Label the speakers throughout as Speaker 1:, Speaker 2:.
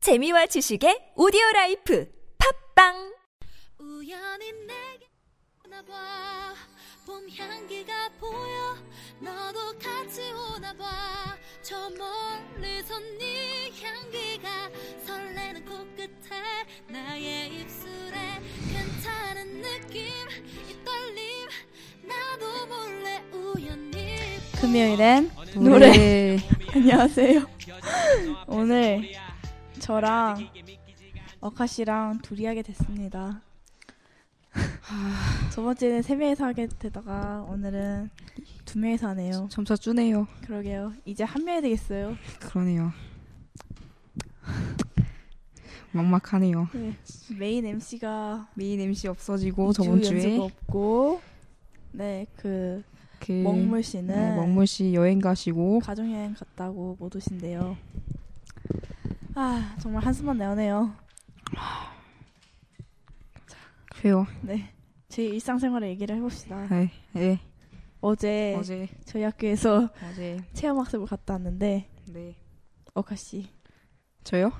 Speaker 1: 재미와 지식의 오디오 라이프 팝빵
Speaker 2: 우연히 내게 오나봐 봄 향기가 보여 너도 같이 오나봐 저 멀리서 네 향기가 설레는 코끝에 나의 입술에 괜찮은 느낌 이 떨림 나도 몰래 우연히
Speaker 3: 금요일엔
Speaker 4: 노래.
Speaker 3: 노래. 안녕하세요. 오늘 저랑 어카 씨랑 둘이 하게 됐습니다. 저번 주에는 세 명이서 하게 되다가 오늘은 두 명이서 하네요.
Speaker 4: 점차 쭈네요.
Speaker 3: 그러게요. 이제 한 명이 되겠어요.
Speaker 4: 그러네요. 막막하네요.
Speaker 3: 메인 MC가
Speaker 4: 메인 MC 없어지고 뭐, 저번 주에
Speaker 3: 없고 네그
Speaker 4: 그
Speaker 3: 먹물 씨는
Speaker 4: 네, 먹물 씨 여행 가시고
Speaker 3: 가족여행 갔다고 못 오신대요. 아 정말 한숨만 내어내요.
Speaker 4: 그래요.
Speaker 3: 네. 제 일상생활을 얘기를 해봅시다.
Speaker 4: 네, 네.
Speaker 3: 어제,
Speaker 4: 어제
Speaker 3: 저희 학교에서
Speaker 4: 어제
Speaker 3: 체험학습을 갔다 왔는데
Speaker 4: 네
Speaker 3: 어카 씨
Speaker 4: 저요?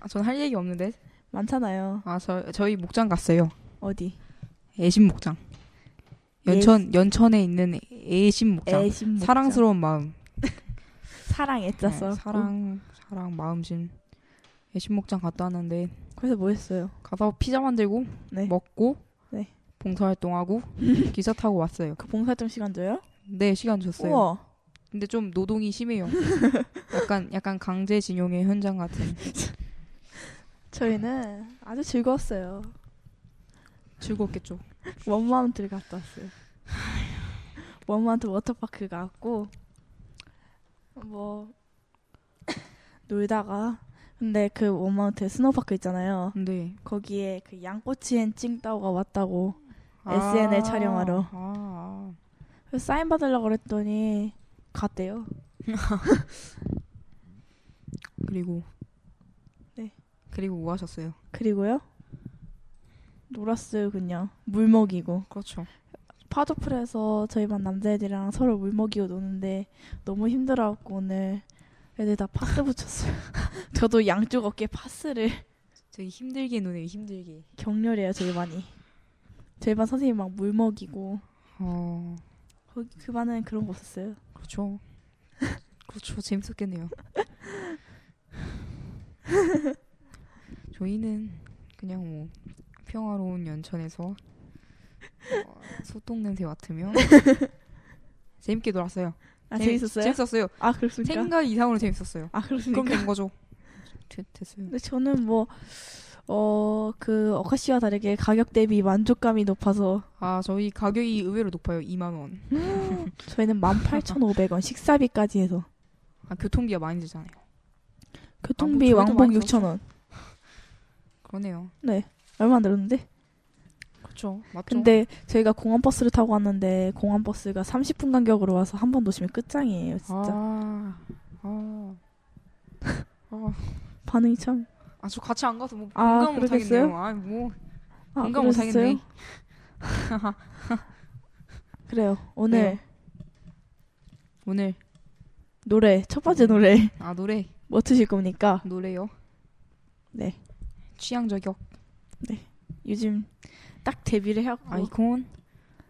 Speaker 4: 아, 전할 얘기 없는데
Speaker 3: 많잖아요.
Speaker 4: 아저 저희 목장 갔어요.
Speaker 3: 어디?
Speaker 4: 애신 목장. 연천 연천에 있는 애신 목장.
Speaker 3: 애심 목장.
Speaker 4: 사랑스러운 마음.
Speaker 3: 사랑 애짜서
Speaker 4: 네, 사랑 사랑 마음심. 애신 목장 갔다 왔는데
Speaker 3: 그래서 뭐 했어요?
Speaker 4: 가서 피자 만들고
Speaker 3: 네.
Speaker 4: 먹고
Speaker 3: 네.
Speaker 4: 봉사활동하고 기차 타고 왔어요.
Speaker 3: 그 봉사활동 시간 줘요?
Speaker 4: 네 시간 줬어요.
Speaker 3: 우와.
Speaker 4: 근데 좀 노동이 심해요. 약간 약간 강제징용의 현장 같은.
Speaker 3: 저희는 아주 즐거웠어요.
Speaker 4: 즐거웠겠죠.
Speaker 3: 원마운트를 갔다 왔어요. 원마운트 워터파크 갔고 뭐 놀다가 근데 그 원마운트 스노우파크 있잖아요.
Speaker 4: 근데
Speaker 3: 거기에 그 양꼬치엔 찡따오가 왔다고
Speaker 4: 아,
Speaker 3: SNL 촬영하러.
Speaker 4: 아,
Speaker 3: 그래서 사인 받으려고 그랬더니 갔대요.
Speaker 4: 그리고
Speaker 3: 네.
Speaker 4: 그리고 뭐 하셨어요?
Speaker 3: 그리고요 놀았어요 그냥 물 먹이고
Speaker 4: 그렇죠.
Speaker 3: 파도풀에서 저희 반 남자애들이랑 서로 물 먹이고 노는데 너무 힘들어갖고 오늘 애들 다 파스 붙였어요. 저도 양쪽 어깨 파스를
Speaker 4: 되게 힘들게 노네요. 힘들게.
Speaker 3: 격렬해요 저희 반이. 저희 반 선생님 막 물 먹이고
Speaker 4: 어
Speaker 3: 거기 그 반은 그런 거 없었어요.
Speaker 4: 그렇죠. 그렇죠. 재밌었겠네요. 저희는 그냥 뭐 평화로운 연천에서 어, 소똥 냄새 맡으며 재밌게 놀았어요.
Speaker 3: 아
Speaker 4: 재밌-
Speaker 3: 재밌었어요?
Speaker 4: 재밌었어요.
Speaker 3: 아 그렇습니까?
Speaker 4: 생각 이상으로 재밌었어요.
Speaker 3: 아
Speaker 4: 그럼
Speaker 3: 그렇습니까?
Speaker 4: 된 거죠. 됐, 됐어요.
Speaker 3: 근데 저는 뭐 어 그 어카 씨와 다르게 가격 대비 만족감이 높아서
Speaker 4: 아 저희 가격이 의외로 높아요. 2만 원.
Speaker 3: 저희는 18,500원 식사비까지 해서
Speaker 4: 아 교통비가 많이 들잖아요.
Speaker 3: 교통비
Speaker 4: 아, 뭐 저희도
Speaker 3: 왕복
Speaker 4: 많이
Speaker 3: 6,000원
Speaker 4: 그러네요.
Speaker 3: 얼마 안 들었는데
Speaker 4: 그렇죠. 맞죠.
Speaker 3: 근데 저희가 공원 버스를 타고 왔는데 공원 버스가 30분 간격으로 와서 한 번 놓치면 끝장이에요 진짜
Speaker 4: 아, 아, 아,
Speaker 3: 반응이 참
Speaker 4: 아, 저 같이 안 가서 뭐
Speaker 3: 아,
Speaker 4: 공감 못하겠네요.
Speaker 3: 그러겠어요?
Speaker 4: 아, 뭐
Speaker 3: 아,
Speaker 4: 공감
Speaker 3: 그러셨어요?
Speaker 4: 못하겠네.
Speaker 3: 그래요 오늘
Speaker 4: 왜요? 오늘
Speaker 3: 노래 첫 번째 노래
Speaker 4: 아 노래
Speaker 3: 뭐 트실 겁니까?
Speaker 4: 노래요.
Speaker 3: 네. 어.
Speaker 4: 취향 저격
Speaker 3: 요즘 딱 데뷔를 하고
Speaker 4: 아이콘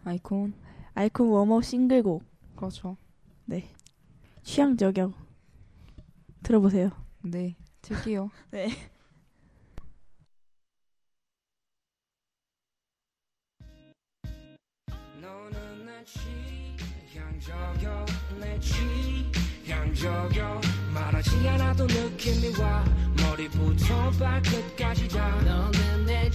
Speaker 4: 아이콘
Speaker 3: 아이콘 웜업 싱글곡
Speaker 4: 그렇죠.
Speaker 3: 취향 저격 들어보세요
Speaker 4: 네 들게요.
Speaker 5: 너는 내 취향저격 내 취향저격 말하지 않아도 느낌이 와 머리부터 발끝까지 다 너는 내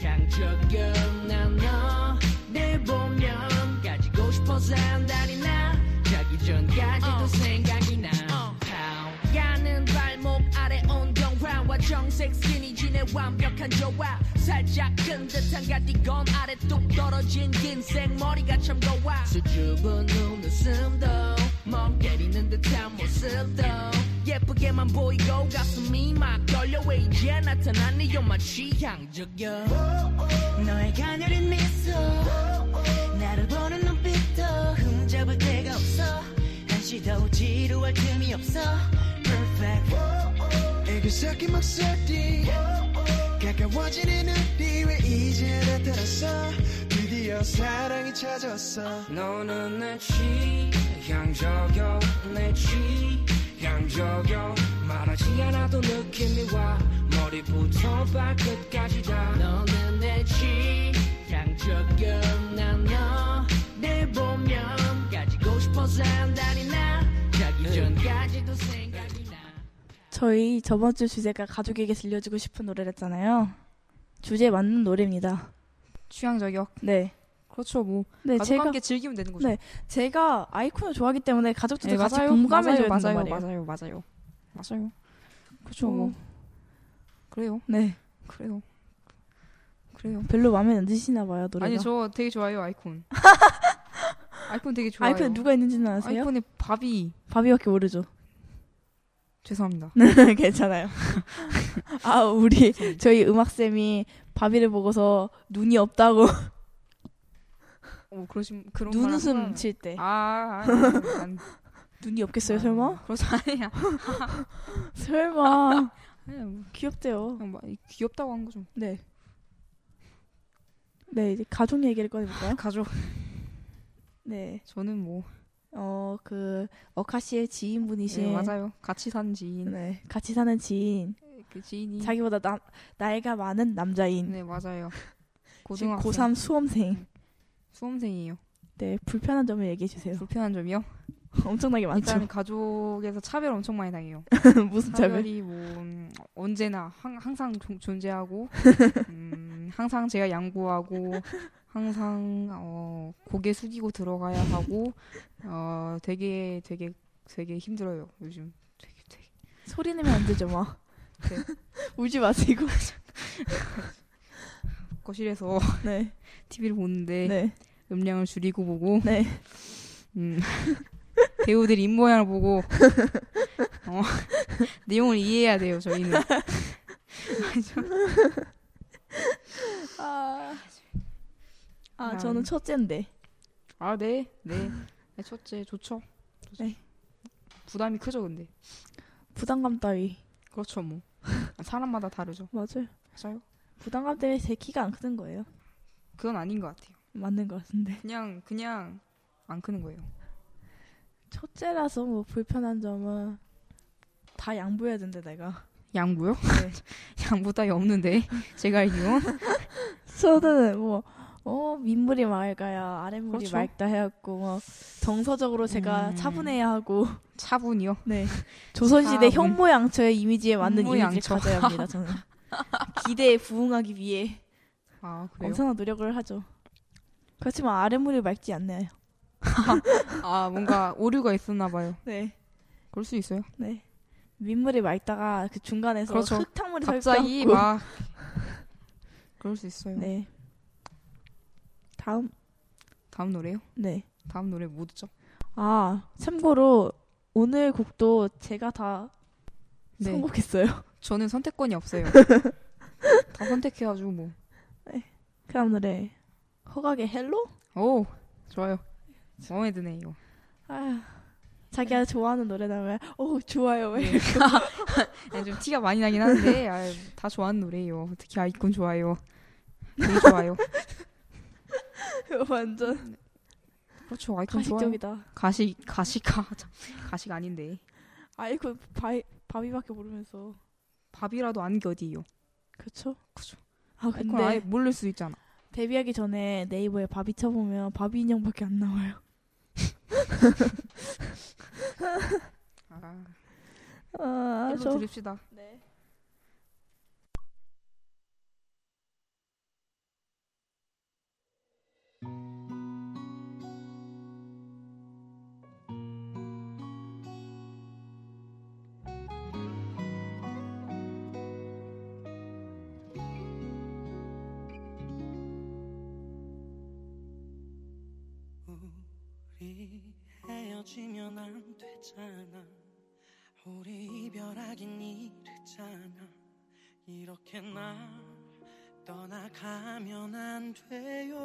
Speaker 5: 취향저격 난너늘 보면 가지고 싶어 산다니 나 자기 전까지도 생각이 나 가는 발목 아래 온경화와 정색 스니진의 완벽한 조화 살짝 큰 듯한 가디건 아래 뚝 떨어진 긴 생머리가 참 고와 수줍은 웃음도 멍 때리는 듯한 모습도 예쁘게만 보이고 가슴이 막 떨려 왜 이제 나타난 네 연마 취향적여 너의 가녀린 미소 나를 보는 눈빛도 흠잡을 데가 없어 한시도 지루할 틈이 없어 Perfect
Speaker 6: 비석이 목소리 가까워지는 눈빛 왜 이제 나타났어 드디어 사랑이 찾았어
Speaker 5: 너는 내 취향저격 내 취향저격 말하지 않아도 느낌이 와 머리부터 발끝까지 다
Speaker 7: 너는 내 취향적여 난너내 보면 가지고 싶어서 한다니 나 자기 전까지도 생각이 나
Speaker 3: 저희 저번 주 주제가 가족에게 들려주고 싶은 노래랬잖아요. 주제에 맞는 노래입니다.
Speaker 4: 취향 저격.
Speaker 3: 네.
Speaker 4: 그렇죠 뭐
Speaker 3: 네,
Speaker 4: 가족과
Speaker 3: 제가
Speaker 4: 함께 즐기면 되는 거죠.
Speaker 3: 네, 제가 아이콘을 좋아하기 때문에 가족들도
Speaker 4: 네,
Speaker 3: 같이 공감해 줘야 된단
Speaker 4: 맞아요,
Speaker 3: 말이에요.
Speaker 4: 맞아요, 맞아요, 맞아요. 그렇죠 뭐
Speaker 3: 어.
Speaker 4: 그래요,
Speaker 3: 네.
Speaker 4: 그래요, 그래요.
Speaker 3: 별로 마음에 안 드시나 봐요, 노래가.
Speaker 4: 아니 저 되게 좋아요 아이콘. 아이콘 되게 좋아요.
Speaker 3: 아이콘에 누가 있는지는 아세요?
Speaker 4: 아이콘의 바비
Speaker 3: 바비밖에 모르죠.
Speaker 4: 죄송합니다.
Speaker 3: 네, 괜찮아요. 아, 우리 저희 음악 쌤이 바비를 보고서 눈이 없다고
Speaker 4: 어 그러신 그런 말
Speaker 3: 눈웃음
Speaker 4: 하면-
Speaker 3: 칠 때
Speaker 4: 아, 아, 아, 난-
Speaker 3: 눈이 없겠어요, 예. 설마?
Speaker 4: 그렇지 아니야.
Speaker 3: 설마.
Speaker 4: 그냥 뭐,
Speaker 3: 귀엽대요.
Speaker 4: 그냥 막 귀엽다고 한 거죠.
Speaker 3: 네. 네, 이제 가족 얘기를 꺼내 볼까요?
Speaker 4: 가족.
Speaker 3: 네.
Speaker 4: 저는 뭐
Speaker 3: 어, 그 어카 씨의 지인분이신
Speaker 4: 예, 맞아요. 같이 산 지인.
Speaker 3: 네. 음. 같이 사는 지인.
Speaker 4: 그 지인이
Speaker 3: 자기보다 나, 나이가 많은 남자인
Speaker 4: 네 맞아요.
Speaker 3: 지금
Speaker 4: 고등학생
Speaker 3: 고3 수험생
Speaker 4: 수험생이에요.
Speaker 3: 네 불편한 점을 얘기해 주세요
Speaker 4: 불편한 점이요.
Speaker 3: 엄청나게 많죠
Speaker 4: 일단 가족에서 차별 엄청 많이 당해요.
Speaker 3: 무슨 차별
Speaker 4: 차별이 뭐 음, 언제나 항, 항상 존- 존재하고 음, 항상 제가 양보하고 항상 어, 고개 숙이고 들어가야 하고 어, 되게 되게 되게 힘들어요 요즘 되게 되게
Speaker 3: 소리 내면 안 되죠 뭐. 막
Speaker 4: 네.
Speaker 3: 울지 마시고
Speaker 4: 거실에서
Speaker 3: 네네네
Speaker 4: TV를 보는데
Speaker 3: 네.
Speaker 4: 음량을 줄이고 보고
Speaker 3: 네.
Speaker 4: 음, 배우들 입 모양을 보고 어, 내용을 이해해야 돼요 저희는
Speaker 3: 아, 아
Speaker 4: 아,
Speaker 3: 저는 첫째인데
Speaker 4: 아, 네. 네. 네, 첫째 좋죠. 좋죠.
Speaker 3: 네.
Speaker 4: 부담이 크죠, 근데.
Speaker 3: 부담감 따위
Speaker 4: 그렇죠, 뭐. 사람마다 다르죠.
Speaker 3: 맞아요
Speaker 4: 맞아요?
Speaker 3: 부담감 때문에 제 키가 안 크는 거예요
Speaker 4: 그건 아닌 것 같아요.
Speaker 3: 맞는 것 같은데
Speaker 4: 그냥 그냥 안 크는 거예요.
Speaker 3: 첫째라서 뭐 불편한 점은 다 양보해야 된대 내가
Speaker 4: 양보요?
Speaker 3: 네.
Speaker 4: 양보 따위 없는데 제가 알기론
Speaker 3: 저는 뭐 어, 민물이 맑아야 아랫물이
Speaker 4: 그렇죠.
Speaker 3: 맑다 해갖고 뭐 정서적으로 제가
Speaker 4: 음.
Speaker 3: 차분해야 하고
Speaker 4: 차분이요.
Speaker 3: 네. 아, 조선시대
Speaker 4: 차분.
Speaker 3: 현모양처의 이미지에 맞는 이미지를
Speaker 4: 현모양처.
Speaker 3: 가져야 합니다. 저는 기대에 부응하기 위해
Speaker 4: 아 그래요?
Speaker 3: 엄청난 노력을 하죠. 그렇지만 아랫물이 맑지 않네요.
Speaker 4: 아 뭔가 오류가 있었나 봐요.
Speaker 3: 네,
Speaker 4: 그럴 수 있어요.
Speaker 3: 네. 민물이 맑다가 그 중간에서
Speaker 4: 그렇죠.
Speaker 3: 흙탕물이
Speaker 4: 갑자기
Speaker 3: 섞여갖고.
Speaker 4: 막 그럴 수 있어요.
Speaker 3: 네. 다음
Speaker 4: 다음 노래요?
Speaker 3: 네.
Speaker 4: 다음 노래 뭐 듣죠?
Speaker 3: 아 참고로 오늘 곡도 제가 다
Speaker 4: 네.
Speaker 3: 선곡했어요.
Speaker 4: 저는 선택권이 없어요. 다 선택해가지고 뭐.
Speaker 3: 그다음 노래 허각의 헬로?
Speaker 4: 오 좋아요. 마음에 드네 이거.
Speaker 3: 아휴, 자기가 좋아하는 노래라면 오 좋아요 왜?
Speaker 4: 아니, 좀 티가 많이 나긴 하는데 아유, 다 좋아하는 노래예요. 특히 아이콘 좋아요. 되게 좋아요.
Speaker 3: 완전
Speaker 4: 그렇죠. 아이콘 좋아요.
Speaker 3: 가식적이다.
Speaker 4: 가식 가식가 참, 가식 아닌데
Speaker 3: 아이콘 바이, 바비밖에 모르면서
Speaker 4: 밥이라도 아는 게 어디예요?
Speaker 3: 그쵸?
Speaker 4: 그쵸.
Speaker 3: 아
Speaker 4: 아이콘
Speaker 3: 근데
Speaker 4: 아예 모를 수 있잖아.
Speaker 3: 데뷔하기 전에 네이버에 바비 쳐보면 바비 인형밖에 안 나와요.
Speaker 4: 아,
Speaker 3: 아,
Speaker 4: 일로 드립시다.
Speaker 3: 네.
Speaker 6: 우리 헤어지면 안 되잖아 우리 이별하긴 이랬잖아 이렇게 나 떠나가면 안 돼요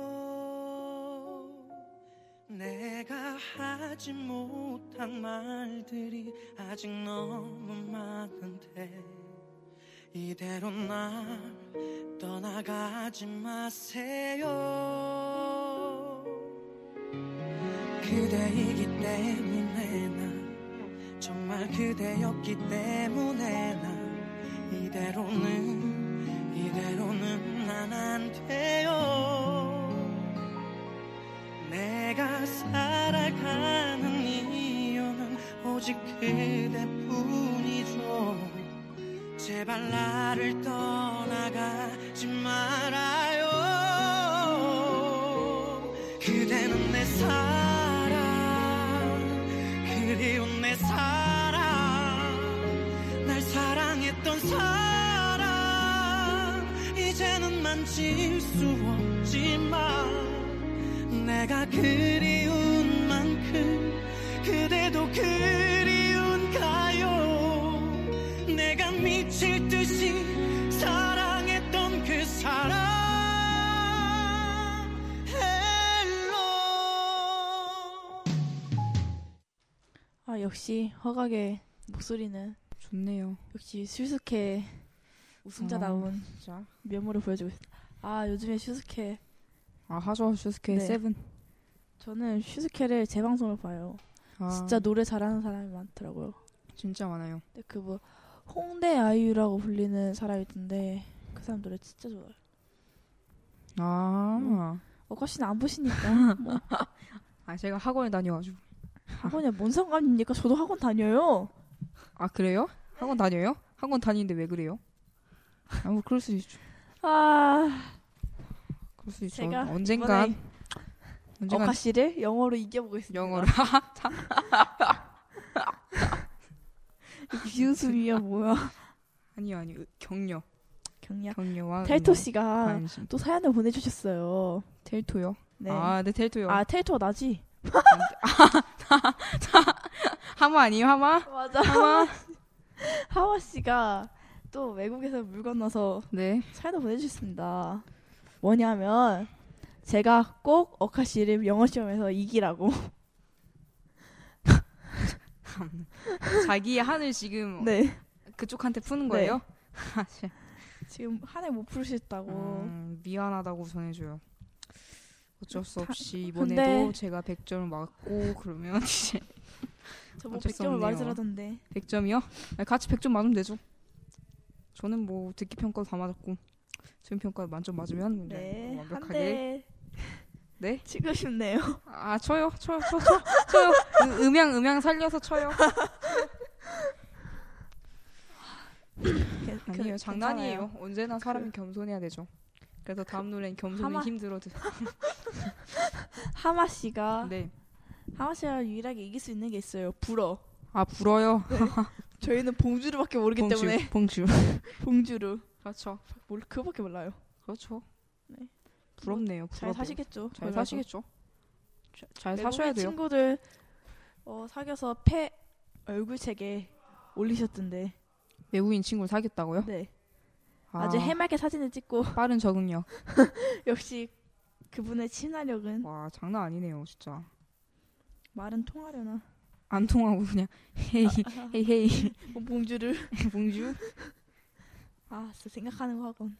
Speaker 6: 내가 하지 못한 말들이 아직 너무 많은데 이대로 나 떠나가지 마세요 그대이기 때문에 나 정말 그대였기 때문에 나 이대로는 이대로는 난 안 돼요 내가 살아가는 이유는 오직 그대뿐이죠 제발 나를 떠나가지 말아요 그대는 내 사랑 그리운 내 사랑 날 사랑했던 사랑 이제는 만질 수 없지만 내가 그리운 만큼 그대도 그리운가요 내가 미칠 듯이 사랑했던 그 사람 헬로
Speaker 3: 아 역시 허각의 목소리는
Speaker 4: 좋네요.
Speaker 3: 역시 슈스케 우승자다운
Speaker 4: 진짜.
Speaker 3: 면모를 아. 보여주고 있습니다. 아 요즘에 슈스케
Speaker 4: 아 하죠 슈스케
Speaker 3: 네.
Speaker 4: 세븐.
Speaker 3: 저는 슈스케를 재방송을 봐요.
Speaker 4: 아,
Speaker 3: 진짜 노래 잘하는 사람이 많더라고요.
Speaker 4: 진짜 많아요.
Speaker 3: 근데 그 뭐 홍대 아이유라고 불리는 사람이 있던데 그 사람 노래 진짜 좋아요. 음.
Speaker 4: 아,
Speaker 3: 어거 씨는 안 보시니까 뭐
Speaker 4: 아 제가 학원에 다녀가지고.
Speaker 3: 학원이 아, 뭔 상관입니까? 저도 학원 다녀요.
Speaker 4: 아 그래요? 학원 다녀요? 학원 다니는데 왜 그래요? 아뭐 그럴 수 있죠.
Speaker 3: 아
Speaker 4: 그럴 수 있죠.
Speaker 3: 제가
Speaker 4: 언젠간
Speaker 3: 이번에
Speaker 4: 언젠간
Speaker 3: 어카 씨를 영어로 이겨보겠습니다.
Speaker 4: 영어로
Speaker 3: 비웃음이야 뭐야?
Speaker 4: 아니요 아니 요 격려
Speaker 3: 경량.
Speaker 4: 격려와
Speaker 3: 텔토
Speaker 4: 응원,
Speaker 3: 씨가 아,
Speaker 4: 관심.
Speaker 3: 또 사연을 보내주셨어요.
Speaker 4: 텔토요.
Speaker 3: 네. 아,
Speaker 4: 네. 아, 네 텔토요.
Speaker 3: 텔토 나지?
Speaker 4: 하마 아니에요 하마?
Speaker 3: 맞아.
Speaker 4: 하마.
Speaker 3: 하와 씨가 또 외국에서 물 건너서
Speaker 4: 네.
Speaker 3: 사연을 보내주셨습니다. 뭐냐면 제가 꼭 어카 씨를 영어 시험에서 이기라고.
Speaker 4: 자기의 한을 지금
Speaker 3: 네.
Speaker 4: 그쪽한테 푸는 거예요?
Speaker 3: 지금 한해 못 푸르셨다고.
Speaker 4: 음, 미안하다고 전해줘요. 어쩔 수
Speaker 3: 다-
Speaker 4: 없이
Speaker 3: 근데-
Speaker 4: 이번에도 제가 100점을 맞고 그러면 이제
Speaker 3: 저뭐
Speaker 4: 어쩔 수
Speaker 3: 100점을
Speaker 4: 없네요.
Speaker 3: 맞으라던데.
Speaker 4: 100점이요? 같이 100점 맞으면 되죠. 저는 뭐 듣기 평가 다 맞았고 수행 평가 만점 맞으면 그냥
Speaker 3: 네.
Speaker 4: 뭐
Speaker 3: 한
Speaker 4: 완벽하게
Speaker 3: 대
Speaker 4: 네?
Speaker 3: 치고 싶네요.
Speaker 4: 아 쳐요 쳐요 쳐요 쳐요, 쳐요. 음, 음향 음향 살려서 쳐요.
Speaker 3: 그- 그-
Speaker 4: 아니에요
Speaker 3: 괜찮아요. 그
Speaker 4: 장난이에요. 언제나 사람이 겸손해야 되죠. 그래서 다음 노래는 겸손이
Speaker 3: 하마-
Speaker 4: 힘들어도
Speaker 3: 하마 씨가
Speaker 4: 네.
Speaker 3: 하마 씨가 유일하게 이길 수 있는 게 있어요. 불어.
Speaker 4: 아 불어요.
Speaker 3: 저희는 봉주르밖에 모르기
Speaker 4: 봉주,
Speaker 3: 때문에
Speaker 4: 봉주.
Speaker 3: 봉주르.
Speaker 4: 그렇죠.
Speaker 3: 몰 그거밖에 몰라요.
Speaker 4: 그렇죠.
Speaker 3: 네.
Speaker 4: 부럽네요.
Speaker 3: 잘
Speaker 4: 부러워요.
Speaker 3: 사시겠죠.
Speaker 4: 잘
Speaker 3: 몰라도.
Speaker 4: 사시겠죠. 자- 잘
Speaker 3: 외국인
Speaker 4: 네, 사셔야 돼요.
Speaker 3: 친구들 어, 사귀어서 폐 얼굴책에 올리셨던데.
Speaker 4: 외국인 친구를 사귀었다고요?
Speaker 3: 네.
Speaker 4: 아,
Speaker 3: 아주 해맑게 사진을 찍고
Speaker 4: 빠른 적응력.
Speaker 3: 역시 그분의 친화력은
Speaker 4: 와 장난 아니네요, 진짜.
Speaker 3: 말은 통하려나.
Speaker 4: 안 통하고 그냥 헤이 헤이 헤이
Speaker 3: 뭐 봉주를.
Speaker 4: 봉주.
Speaker 3: 아, 진짜 생각하는 거 하곤.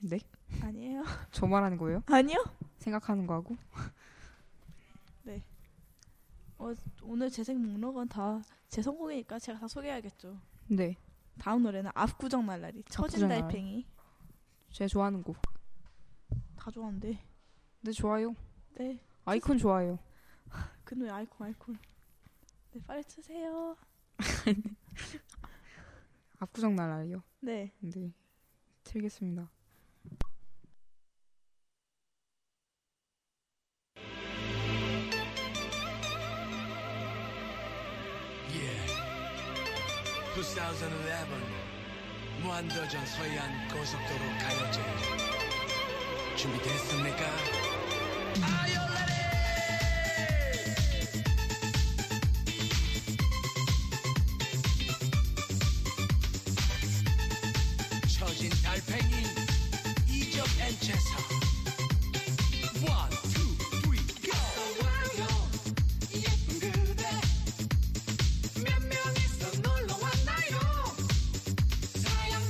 Speaker 4: 네?
Speaker 3: 아니에요.
Speaker 4: 저 말하는 거예요?
Speaker 3: 아니요.
Speaker 4: 생각하는 거하고?
Speaker 3: 오늘 재생 목록은 다 제 성공이니까 제가 다 소개해야겠죠.
Speaker 4: 네.
Speaker 3: 다음 노래는 압구정 날라리. 처진
Speaker 4: 압구정 날라리.
Speaker 3: 달팽이.
Speaker 4: 제가 좋아하는 곡.
Speaker 3: 다 좋아한데.
Speaker 4: 네 좋아요.
Speaker 3: 네.
Speaker 4: 아이콘 좋아해요.
Speaker 3: 그 노래 아이콘 아이콘. 네, 빨리 트세요.
Speaker 4: 압구정 날라리요.
Speaker 3: 네.
Speaker 4: 네. 틀겠습니다.
Speaker 8: Yeah. 2011 무한도전 서해안 고속도로 가요제 준비됐습니까? Are you ready? 처진 달팽이 이적 엔체사 One, two, three, go! 예쁜 그대 몇 명이서 놀러 왔나요? 사양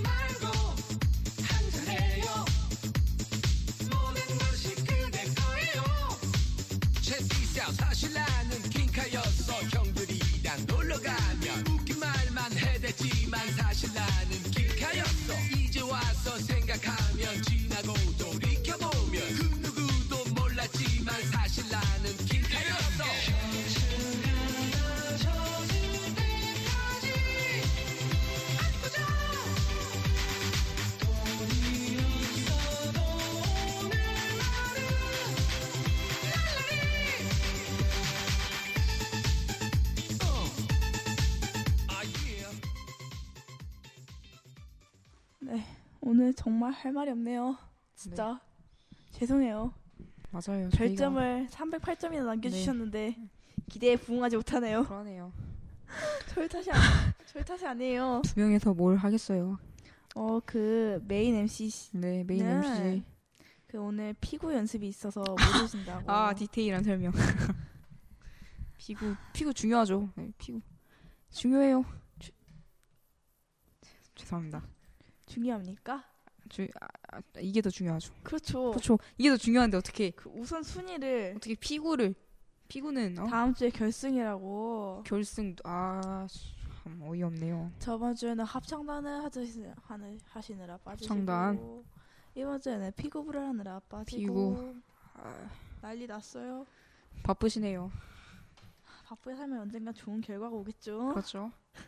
Speaker 3: 네, 오늘 정말 할 말이 없네요. 진짜 네. 죄송해요.
Speaker 4: 맞아요. 저희가-
Speaker 3: 별점을 308점이나 남겨주셨는데 기대에 부응하지 못하네요.
Speaker 4: 그러네요.
Speaker 3: 저희 탓이 아, 저희 탓이 아니에요.
Speaker 4: 두 명에서 뭘 하겠어요?
Speaker 3: 어 그 메인 MC 씨,
Speaker 4: 네 메인
Speaker 3: 네.
Speaker 4: MC.
Speaker 3: 그 오늘 피구 연습이 있어서 못 오신다고.
Speaker 4: 아 디테일한 설명. 피구 피구 중요하죠. 네, 피구 중요해요. 주- 죄송합니다.
Speaker 3: 중요합니까?
Speaker 4: 주, 아, 아, 이게 더 중요하죠.
Speaker 3: 그렇죠.
Speaker 4: 그렇죠. 이게 더 중요한데 어떻게
Speaker 3: 그 우선 순위를
Speaker 4: 어떻게 피구를 피구는 어?
Speaker 3: 다음 주에 결승이라고.
Speaker 4: 결승 아 참, 어이없네요.
Speaker 3: 저번 주에는 합창단을 하시, 하느, 하시느라 빠지시고
Speaker 4: 합창단.
Speaker 3: 이번 주에는 피구부를 하느라 빠지고
Speaker 4: 피구. 아,
Speaker 3: 난리 났어요.
Speaker 4: 바쁘시네요.
Speaker 3: 바쁘게 살면 언젠간 좋은 결과가 오겠죠.
Speaker 4: 그렇죠.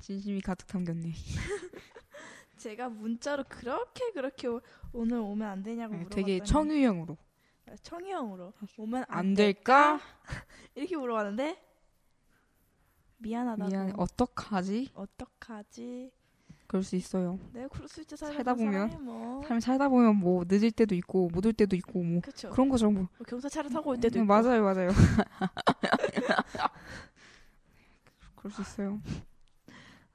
Speaker 4: 진심이 가득 담겼네.
Speaker 3: 제가 문자로 그렇게 그렇게 오- 오늘 오면 안 되냐고
Speaker 4: 네,
Speaker 3: 아, 물어봤더니
Speaker 4: 되게 청유형으로
Speaker 3: 청이형으로 오면 안,
Speaker 4: 안 될까?
Speaker 3: 이렇게 물어봤는데 미안하다고
Speaker 4: 미안해. 어떡하지?
Speaker 3: 어떡하지?
Speaker 4: 그럴 수 있어요.
Speaker 3: 내가 그럴 수 있지 살다,
Speaker 4: 살다 보면
Speaker 3: 뭐.
Speaker 4: 삶 살다 보면 뭐 늦을 때도 있고 못 올 때도 있고 뭐
Speaker 3: 그렇죠.
Speaker 4: 그런 거죠. 뭐.
Speaker 3: 경사차를 타고 올 때도
Speaker 4: 네,
Speaker 3: 있고
Speaker 4: 맞아요, 맞아요. 그럴 수 있어요.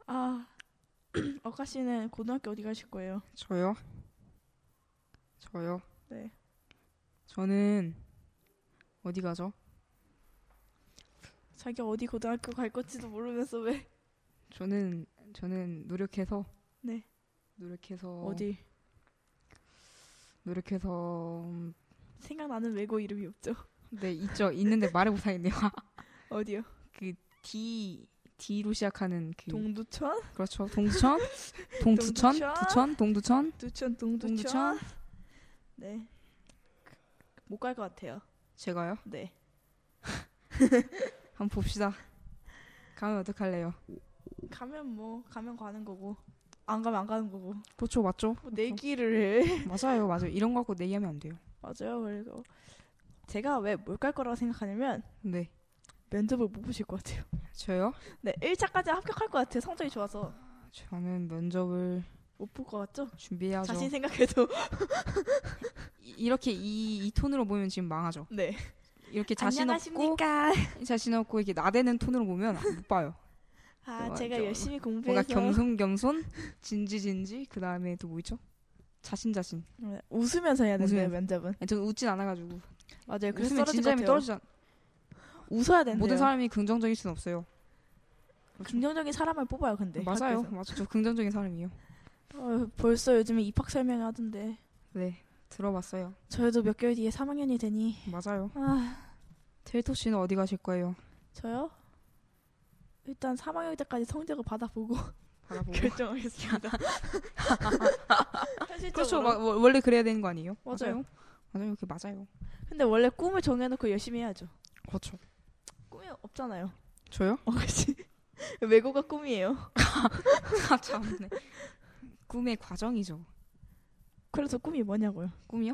Speaker 3: 아 어카 씨는 고등학교 어디 가실 거예요?
Speaker 4: 저요? 저요?
Speaker 3: 네.
Speaker 4: 저는 어디 가죠?
Speaker 3: 자기 어디 고등학교 갈 건지도 모르면서 왜
Speaker 4: 저는 저는 노력해서
Speaker 3: 네.
Speaker 4: 노력해서
Speaker 3: 어. 디
Speaker 4: 노력해서 음,
Speaker 3: 생각나는 외고 이름이 없죠?
Speaker 4: 네 있죠 있는데 말을 못하겠네요.
Speaker 3: 어디요?
Speaker 4: 음. D D로 시작하는 그
Speaker 3: 동두천?
Speaker 4: 그렇죠 동두천 동두천
Speaker 3: 동두천?
Speaker 4: 두천 동두천
Speaker 3: 두천 동두천?
Speaker 4: 동두천
Speaker 3: 네. 못 갈 것 같아요.
Speaker 4: 제가요?
Speaker 3: 네.
Speaker 4: 한번 봅시다. 가면 어떡할래요?
Speaker 3: 가면 뭐 가면 가는 거고 안 가면 안 가는 거고
Speaker 4: 그렇죠 맞죠?
Speaker 3: 뭐 내기를 해.
Speaker 4: 맞아요 맞아요 이런 거 갖고 내기하면 안 돼요.
Speaker 3: 맞아요. 그래서 제가 왜 못 갈 거라고 생각하냐면
Speaker 4: 네
Speaker 3: 면접을 못 보실 것 같아요.
Speaker 4: 저요?
Speaker 3: 네, 1차까지 합격할 것 같아요. 성적이 좋아서
Speaker 4: 저는 면접을
Speaker 3: 못 볼 것 같죠?
Speaker 4: 준비해야죠.
Speaker 3: 자신 생각해도
Speaker 4: 이- 이렇게 이, 이 톤으로 보면 지금 망하죠.
Speaker 3: 네.
Speaker 4: 이렇게 그 자신 없고
Speaker 3: 안녕하십니까?
Speaker 4: 자신 없고 이렇게 나대는 톤으로 보면 못 봐요.
Speaker 3: 아,
Speaker 4: 네,
Speaker 3: 제가
Speaker 4: 맞죠.
Speaker 3: 열심히
Speaker 4: 뭔가
Speaker 3: 공부해서
Speaker 4: 겸손 겸손 진지 진지 그 다음에 또 뭐 있죠? 자신 자신.
Speaker 3: 네, 웃으면서 해야 된대요
Speaker 4: 웃으면서.
Speaker 3: 면접은
Speaker 4: 아니, 저는 웃진 않아가지고
Speaker 3: 맞아요 네, 그래서 떨어질
Speaker 4: 웃으면
Speaker 3: 것 같아요
Speaker 4: 진지함이
Speaker 3: 네,
Speaker 4: 떨어지지 않.
Speaker 3: 웃어야 된대요
Speaker 4: 모든 사람이 긍정적일 순 없어요.
Speaker 3: 긍정적인 사람을 뽑아요 근데
Speaker 4: 맞아요,
Speaker 3: 학교에서.
Speaker 4: 맞죠. 저 긍정적인 사람이요.
Speaker 3: 어, 벌써 요즘에 입학 설명회 하던데
Speaker 4: 네, 들어봤어요.
Speaker 3: 저희도 몇 개월 뒤에 3학년이 되니
Speaker 4: 맞아요.
Speaker 3: 아
Speaker 4: 델토 씨는 어디 가실 거예요?
Speaker 3: 저요? 일단 3학년 때까지 성적을 받아보고
Speaker 4: 바라보고. 아,
Speaker 3: 결정하겠습니다 현실적으로
Speaker 4: 그렇죠. 마- 워- 원래 그래야 되는 거 아니에요?
Speaker 3: 맞아요.
Speaker 4: 맞아요. 그 맞아요.
Speaker 3: 근데 원래 꿈을 정해놓고 열심히 해야죠
Speaker 4: 그렇죠.
Speaker 3: 꿈이 없잖아요
Speaker 4: 저요?
Speaker 3: 어 그치 외고가 꿈이에요
Speaker 4: 아, 참네. 꿈의 과정이죠.
Speaker 3: 그래서 꿈이 뭐냐고요
Speaker 4: 꿈이요?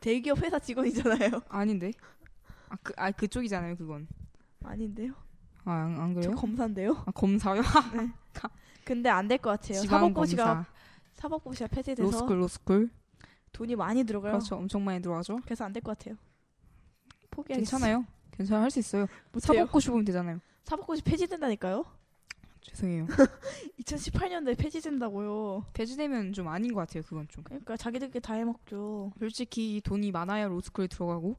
Speaker 3: 대기업 회사 직원이잖아요
Speaker 4: 아닌데. 아, 그, 아 그쪽이잖아요, 그건.
Speaker 3: 아닌데요
Speaker 4: 아, 안, 안
Speaker 3: 저
Speaker 4: 그래요?
Speaker 3: 검사인데요
Speaker 4: 아, 검사요?
Speaker 3: 근데 안 될 것 같아요 사법고시가
Speaker 4: 네, 지방검사.
Speaker 3: 사법고시가 폐지돼서
Speaker 4: 로스쿨, 로스쿨.
Speaker 3: 돈이 많이 들어가요
Speaker 4: 그렇죠. 엄청 많이 들어가죠.
Speaker 3: 그래서 안 될 것 같아요 포기하겠어요
Speaker 4: 괜찮아요. 괜찮아요. 할 수 있어요.
Speaker 3: 못해요.
Speaker 4: 사법고시 보면 되잖아요.
Speaker 3: 사법고시 폐지된다니까요
Speaker 4: 죄송해요.
Speaker 3: 2018년도에 폐지된다고요
Speaker 4: 폐지되면 좀 아닌 것 같아요, 그건 좀.
Speaker 3: 그러니까 자기들끼리 다 해먹죠
Speaker 4: 솔직히 돈이 많아야 로스쿨에 들어가고,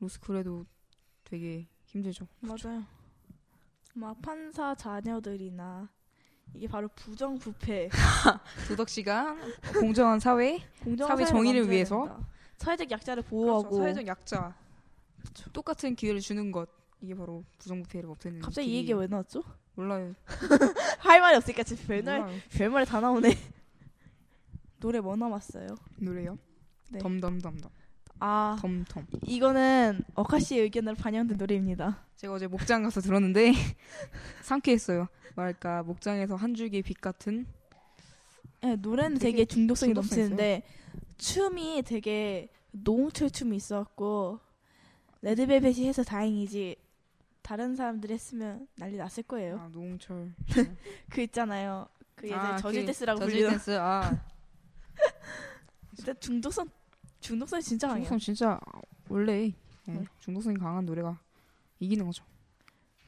Speaker 4: 로스쿨에도 되게 힘들죠.
Speaker 3: 맞아요 막 판사 자녀들이나 이게 바로 부정부패
Speaker 4: 도덕시간, 공정한 사회,
Speaker 3: 공정한
Speaker 4: 사회
Speaker 3: 사회를
Speaker 4: 정의를
Speaker 3: 만들어야
Speaker 4: 위해서.
Speaker 3: 된다. 사회적 약자를
Speaker 4: 그렇죠.
Speaker 3: 보호하고
Speaker 4: 사회적 약자. 그렇죠. 똑같은 기회를 주는 것. 이게 바로 부정부패를 없애는
Speaker 3: 갑자기 이
Speaker 4: 길이-
Speaker 3: 얘기 왜 나왔죠?
Speaker 4: 몰라요.
Speaker 3: 할 말이 없으니까 지금 별말
Speaker 4: 몰라요.
Speaker 3: 별말이 다 나오네. 노래 뭐 남았어요?
Speaker 4: 노래요?
Speaker 3: 네.
Speaker 4: 덤덤덤덤.
Speaker 3: 아
Speaker 4: 덤덤.
Speaker 3: 이거는 어카 씨의 의견으로 반영된 노래입니다.
Speaker 4: 제가 어제 목장 가서 들었는데 상쾌했어요. 말까 목장에서 한 줄기 빛 같은
Speaker 3: 네, 노래는 되게,
Speaker 4: 되게
Speaker 3: 중독성이
Speaker 4: 중독성
Speaker 3: 넘치는데 춤이 되게 노홍철 춤이 있었고 레드벨벳이 해서 다행이지 다른 사람들이 했으면 난리 났을 거예요.
Speaker 4: 아, 노홍철.
Speaker 3: 네. 그 있잖아요. 그 그 예전에 저질
Speaker 4: 어. 그
Speaker 3: 댄스라고
Speaker 4: 저질
Speaker 3: 불리던
Speaker 4: 댄스. 아,
Speaker 3: 일단 중독성 중독성이 진짜 강해요.
Speaker 4: 중독성 진짜 원래 예,
Speaker 3: 네.
Speaker 4: 중독성이 강한 노래가 이기는 거죠.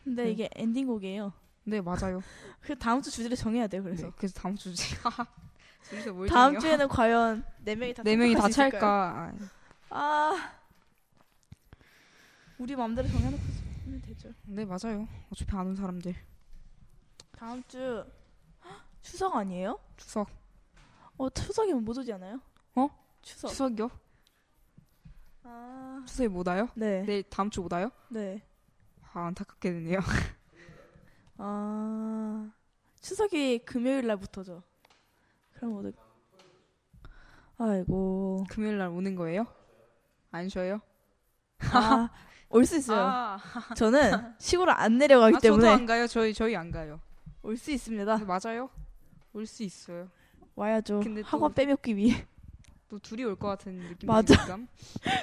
Speaker 3: 근데
Speaker 4: 네.
Speaker 3: 이게 엔딩곡이에요.
Speaker 4: 네 맞아요.
Speaker 3: 그 다음 주 주제를 정해야 돼요.
Speaker 4: 그래서
Speaker 3: 그래서
Speaker 4: 그래서 다음 주 제가 둘이서 뭘
Speaker 3: 다음
Speaker 4: 정해요?
Speaker 3: 주에는 과연 네 명이 다
Speaker 4: 네 명이 다
Speaker 3: 선택할 수 있을까요?
Speaker 4: 찰까? 아,
Speaker 3: 아 우리 마음대로 정해놓고 하면 되죠.
Speaker 4: 네 맞아요. 어차피 안 온 사람들
Speaker 3: 다음 주 헉, 추석 아니에요?
Speaker 4: 추석
Speaker 3: 어 추석이면 뭐 오지 않아요?
Speaker 4: 어?
Speaker 3: 추석.
Speaker 4: 추석이요?
Speaker 3: 아
Speaker 4: 추석에 못 와요?
Speaker 3: 네. 네.
Speaker 4: 내일 다음 주 못 와요? 아 안타깝게 되네요.
Speaker 3: 아 추석이 금요일 날부터죠. 그럼 어디? 아이고.
Speaker 4: 금요일 날 오는 거예요? 안 쉬어요?
Speaker 3: 아, 올 수 있어요.
Speaker 4: 아,
Speaker 3: 저는 시골을 안 내려가기
Speaker 4: 아, 저도
Speaker 3: 때문에
Speaker 4: 안 가요. 저희 저희 안 가요.
Speaker 3: 올 수 있습니다.
Speaker 4: 네, 맞아요. 올 수 있어요.
Speaker 3: 와야죠.
Speaker 4: 근데 또-
Speaker 3: 학원 빼먹기 위해.
Speaker 4: 또 둘이 올 것 같은 느낌.
Speaker 3: 맞아.
Speaker 4: 느낌감?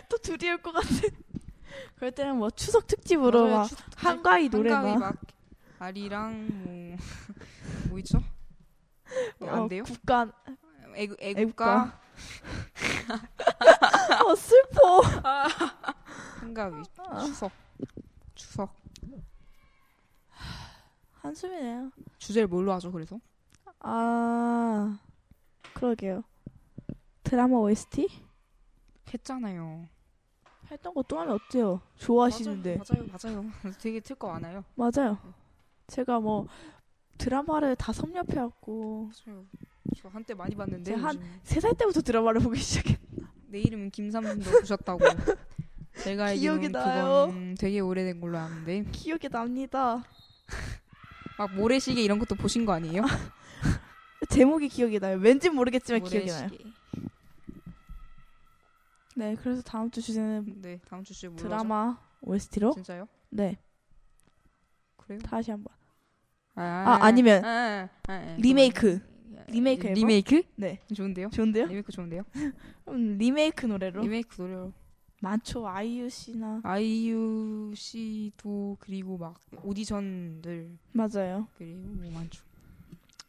Speaker 3: 또 둘이 올 것 같아. 그럴 때는 뭐 추석 특집으로
Speaker 4: 맞아요.
Speaker 3: 막
Speaker 4: 추-
Speaker 3: 한가위 노래
Speaker 4: 한가위
Speaker 3: 막,
Speaker 4: 막 아리랑 뭐, 뭐 있죠? 어,
Speaker 3: 어,
Speaker 4: 안 돼요?
Speaker 3: 국가
Speaker 4: 애국,
Speaker 3: 애국가.
Speaker 4: 애국가
Speaker 3: 어 슬퍼.
Speaker 4: 한가위
Speaker 3: 아.
Speaker 4: 추석 추석
Speaker 3: 한숨이네요.
Speaker 4: 주제를 뭘로 하죠? 그래서
Speaker 3: 아 그러게요. 드라마 OST
Speaker 4: 했잖아요.
Speaker 3: 했던 거 또 하면 어때요? 좋아하시는데
Speaker 4: 맞아요, 맞아요. 맞아요. 되게 틀 거 많아요. 네.
Speaker 3: 맞아요. 제가 뭐 드라마를 다 섭렵해갖고
Speaker 4: 맞아요. 저 한때 많이 봤는데
Speaker 3: 저 한-
Speaker 4: 요즘.
Speaker 3: 세 살 때부터 드라마를 보기 시작해.
Speaker 4: 내 이름은 김삼순도 보셨다고. 제가
Speaker 3: 기억이
Speaker 4: 알기로는
Speaker 3: 나요.
Speaker 4: 그건 되게 오래된 걸로 아는데
Speaker 3: 기억이 납니다.
Speaker 4: 막 모래시계 이런 것도 보신 거 아니에요?
Speaker 3: 제목이 기억이 나요. 왠지 모르겠지만 기억이 나요.
Speaker 4: 모래시계.
Speaker 3: 네, 그래서 다음 주 주제는
Speaker 4: 네, 다음 주 주에 뭐 하죠?
Speaker 3: 드라마 OST로
Speaker 4: 진짜요?
Speaker 3: 네
Speaker 4: 그래요?
Speaker 3: 다시 한번
Speaker 4: 아,
Speaker 3: 아니면
Speaker 4: 아, 아, 아, 아,
Speaker 3: 리메이크.
Speaker 4: 그거.
Speaker 3: 리메이크 앨범?
Speaker 4: 리메이크?
Speaker 3: 네
Speaker 4: 좋은데요?
Speaker 3: 좋은데요?
Speaker 4: 리메이크 좋은데요?
Speaker 3: 음, 리메이크 노래로
Speaker 4: 리메이크 노래로
Speaker 3: 많죠 아이유 씨나
Speaker 4: 아이유 씨도 그리고 막 오디션들
Speaker 3: 맞아요.
Speaker 4: 그리고 뭐 많죠.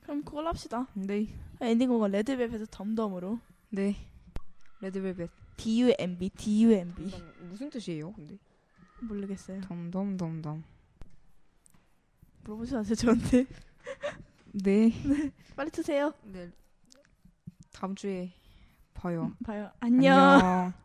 Speaker 3: 그럼 그걸 합시다.
Speaker 4: 네,
Speaker 3: 엔딩곡은 레드벨벳의 덤덤으로
Speaker 4: 네. 레드벨벳
Speaker 3: D.U.M.B. D.U.M.B.
Speaker 4: 무슨 뜻이에요? 근데
Speaker 3: 모르겠어요.
Speaker 4: 덤덤덤덤.
Speaker 3: 물어보지 마세요 저한테.
Speaker 4: 네.
Speaker 3: 빨리 트세요.
Speaker 4: 네. 다음 주에 봐요.
Speaker 3: 봐요. 안녕.
Speaker 4: 안녕.